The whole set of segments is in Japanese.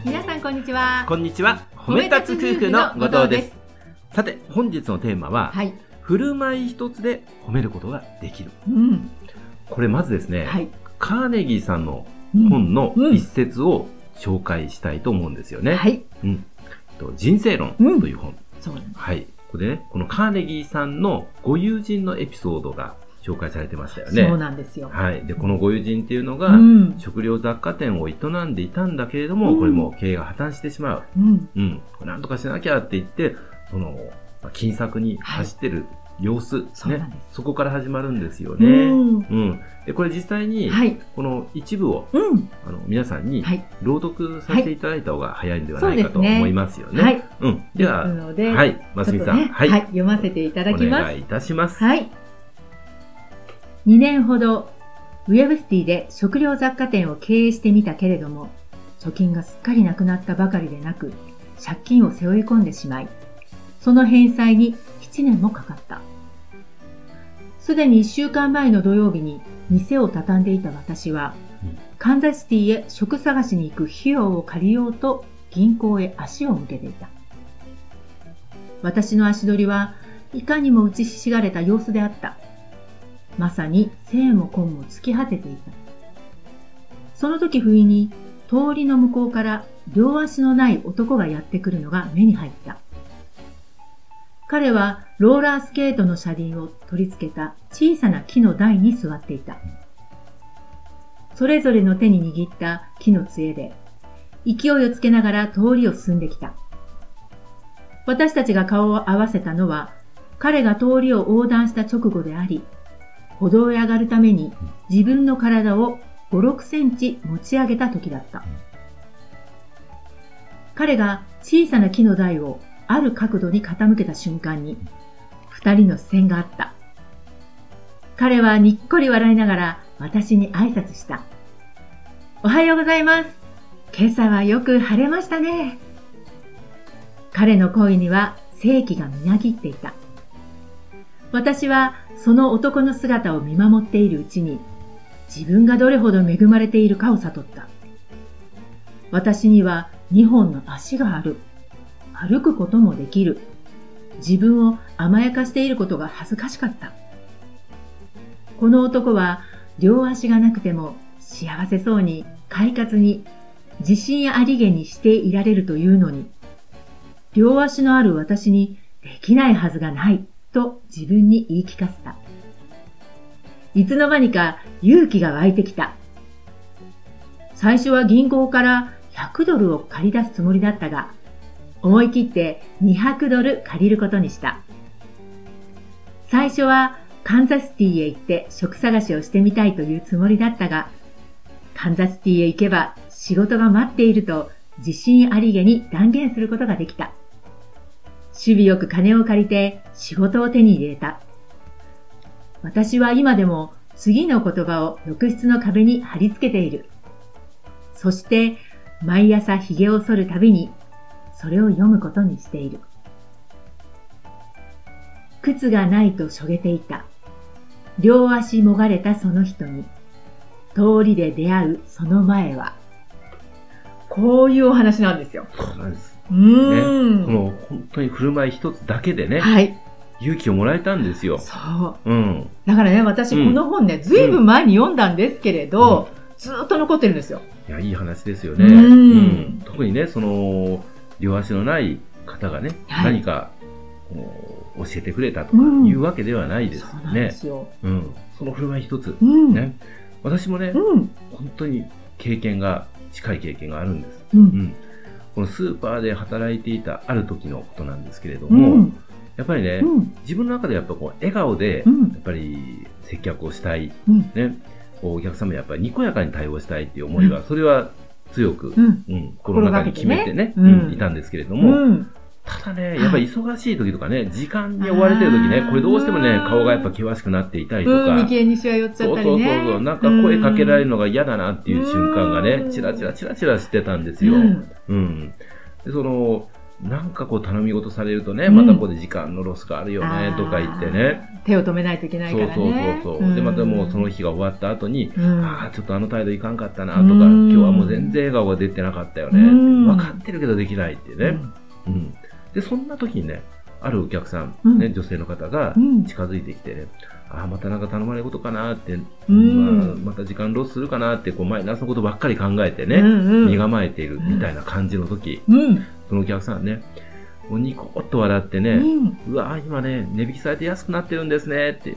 は。こんにちは。褒め立つ夫婦の後藤です。。さて、本日のテーマは、はい。振る舞い一つで褒めることができる。うん。これまずですね、はい。カーネギーさんのうん本のうん一節を紹介したいと思うんですよね。はい。と人生論うんという本。そうなんではい。ここでね、このカーネギーさんのご友人のエピソードが紹介されてましたよす。そうね。なんですよ。はい。で、このご友人っていうのうが、ん。食料雑貨店を営んでいたんだけれども、うんこれも経営が破綻してしまう。うん。うん。なんとかしなきゃって言って、その、まあ金策に走ってる様子、そうなんね。です。そこから始まるんですようね。ん。うん。で、これ実際に、はい。この一部を、うん。あの、皆さんにはい。朗読させていただいた方が早いんではないかとそうですね思いますよね。はい。うん。では、ですので、はい、ますみちょっさとん、ねはい、はい。読ませていただきおます願い。いたします。はい。2年ほど、ウェブシティで食料雑貨店を経営してみたけれども、貯金がすっかりなくなったばかりでなく、借金を背負い込んでしまい、その返済に7年もかかった。すでに1週間前の土曜日に店を畳んでいた私はうん、カンザスシティへ食探しに行く費用を借りようと銀行へ足を向けていた。私の足取りはいかにも打ちひしがれた様子であった。まさに生も根も突き果てていた。その時不意に通りの向こうから両足のない男がやってくるのが目に入った。彼はローラースケートの車輪を取り付けた小さな木の台に座っていた。それぞれの手に握った木の杖で勢いをつけながら通りを進んできた。私たちが顔を合わせたのは彼が通りを横断した直後であり、歩道へ上がるために自分の体を5、6センチ持ち上げた時だった。彼が小さな木の台をある角度に傾けた瞬間に、二人の視線があった。彼はにっこり笑いながら私に挨拶した。おはようございます。今朝はよく晴れましたね。彼の恋には正気がみなぎっていた。私はその男の姿を見守っているうちに、自分がどれほど恵まれているかを悟った。私には2本の足がある。歩くこともできる。自分を甘やかしていることが恥ずかしかった。この男は両足がなくても幸せそうに、快活に、自信ありげにしていられるというのに、両足のある私にできないはずがないと自分に言い聞かせた。いつの間にか勇気が湧いてきた。最初は銀行から100ドルを借り出すつもりだったが、思い切って200ドル借りることにした。最初はカンザスシティへ行って職探しをしてみたいというつもりだったが、カンザスシティへ行けば仕事が待っていると自信ありげに断言することができた。守備よく金を借りて仕事を手に入れた。私は今でも次の言葉を浴室の壁に貼り付けている。そして毎朝髭を剃るたびにそれを読むことにしている。靴がないとしょげていた。両足もがれたその人に、通りで出会うその前は。こういうお話なんですよ。そうなんですうこの本当に振る舞い一つだけでね、はい。勇気をもらえたんですよ。そう。うん。だからね、私、うんこの本ね、ずいぶん前に読んだんですけれど、ずーっと残ってるんですよ。いや、いい話ですよね。うんん特にね、その、両足のない方がね、はい何か、この教えてくれたとかうんいうわけではないですそうなんでね。すよ。うん。その振る舞い一つ。うん。ね私もね、うん。本当に経験が、近い経験があるんです。う。うんん。このスーパーで働いていたある時のことなんですけれどうも、ん。やっぱりね、うん。自分の中でやっぱこう笑顔で、うやん。っぱり接客をしたい、うん。ね、こうお客様にやっぱりにこやかに対応したいっていう思いが、それは強く、うん。うん、心の中に決めてね、心がけてねうんうんいたんですけれども、うん。ただいね、やっぱり忙しい時とかね、時間に追われてる時あねー、これどうしてもね、顔がやっぱ険しくなっていたりとうん。か、眉間にしわ寄っちゃそっうたそうりそうね。そう、なんか声かけられるるのが嫌だなっていう瞬間がうねん、チラチラチラチラしてたんですうよ。ん。うん。で、その、なんかこう頼み事されるとね、うんまたここで時間のロスがあるよねあーとか言ってね。手を止めないといけないそかうらそうね。そうそう。で、またもうその日、日が終わった後に、うんああ、ちょっとあの態度いかんかったなとか、うん今日はもう全然笑顔が出てなかったよね。うん分かってるけどできないってね。うん。で、そんな時にね、あるお客さん、うんね、女性の方がうん近づいてきてね、ああ、またなんか頼まれることかなって、うんまあ、また時間ロスするかなって、こう、マイナスのことばっかり考えてね、うん身うん構えているみたいな感じの時、うんそのお客さんね、もうニコッと笑ってね、うんうわ今ね、値引きされて安くなってるんですねって、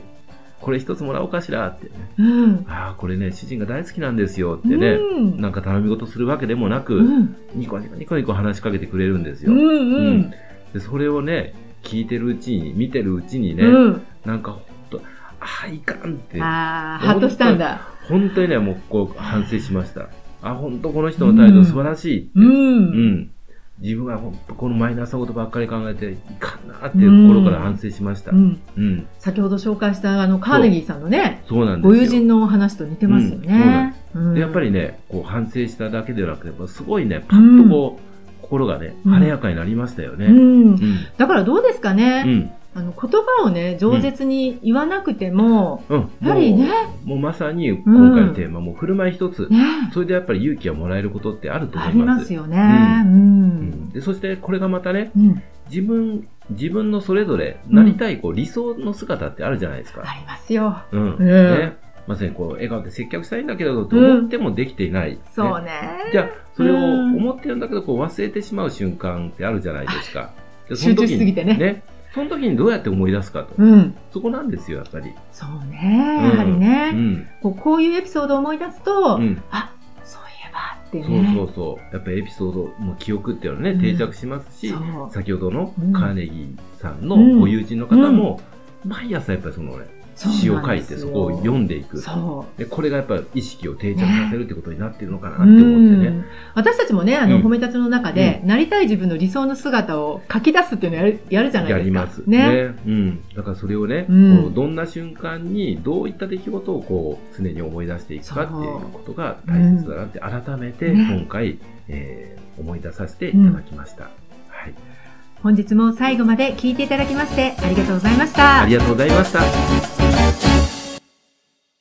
これ一つもらおうかしらってね、うんああ、これね、主人が大好きなんですよってね、うんなんか頼み事するわけでもなく、うんニコニコニコニコ話しかけてくれるんですうよ。んううんんでそれをね、聞いてるうちに、見てるうちにね、うんなんかほんと、ああ、いかんって、ああ、ハッとしたんだ。本当にね、もうこう反省しました。あ、本当この人の態度素晴らしいって。う。うんん。自分は本当このマイナスなことばっかり考えていかんなっていう心から反省しました。ううん。ん先ほど紹介したあのカーネギーさんのね、そうなんですよ。ご友人のお話と似てますようんそうなんね。うんでやっぱりね、こう反省しただけではなくて、やっぱすごいね、パッとこう、心がね、うん晴れやかになりましたよね。ううん。ん。だからどうですかうね、ん。あの言葉をね、饒舌に言わなくても、うん。やはりね、もう。もうまさに今回のテーマ、もう振る舞い一つ。ね、それでやっぱり勇気をもらえることってあると思あいります。ますよね。う。うんん、でそしてこれがまたね、うん。自分、自分のそれぞれなりたいこう理想の姿ってあるじゃないですか。ありますよ。うん。うんね。まさにこう、笑顔で接客したいんだけど、と思ってもできていない。そうねね。じゃあ、それをうん思ってるんだけど、こう忘れてしまう瞬間ってあるじゃないですか。で集中しすぎてねね。その時にどうやって思い出すかと。うん。そこなんですよ、やっぱり。そうね。やはりうね、ん。こうこういうエピソードを思い出すと、うん。そういえばってそうね。そうそう。やっぱりエピソード、もう記憶っていうのはうね、ん定着しますし、そう先ほどのうんカーネギーさんのうんご友人の方も、毎朝やっぱりそのね、詩そうをなん書いですてよそこを読んでいく。そう。でこれがやっぱ意識を定着させるってことになってるのかなって思ってうね。ん私たちもね、あの、うん褒め立つの中で、なりたい自分の理想の姿を書き出すっていうのをやるやるじゃないやでりすか。ますねねうん。だからそれをね、うんこうどんな瞬間にどういった出来事をこう常に思い出していくかっていうことが大切だなって改めてね今回、えー思い出させていただきました、はい。本日も最後まで聞いていただきまして、ありがとうございました。ありがとうございました。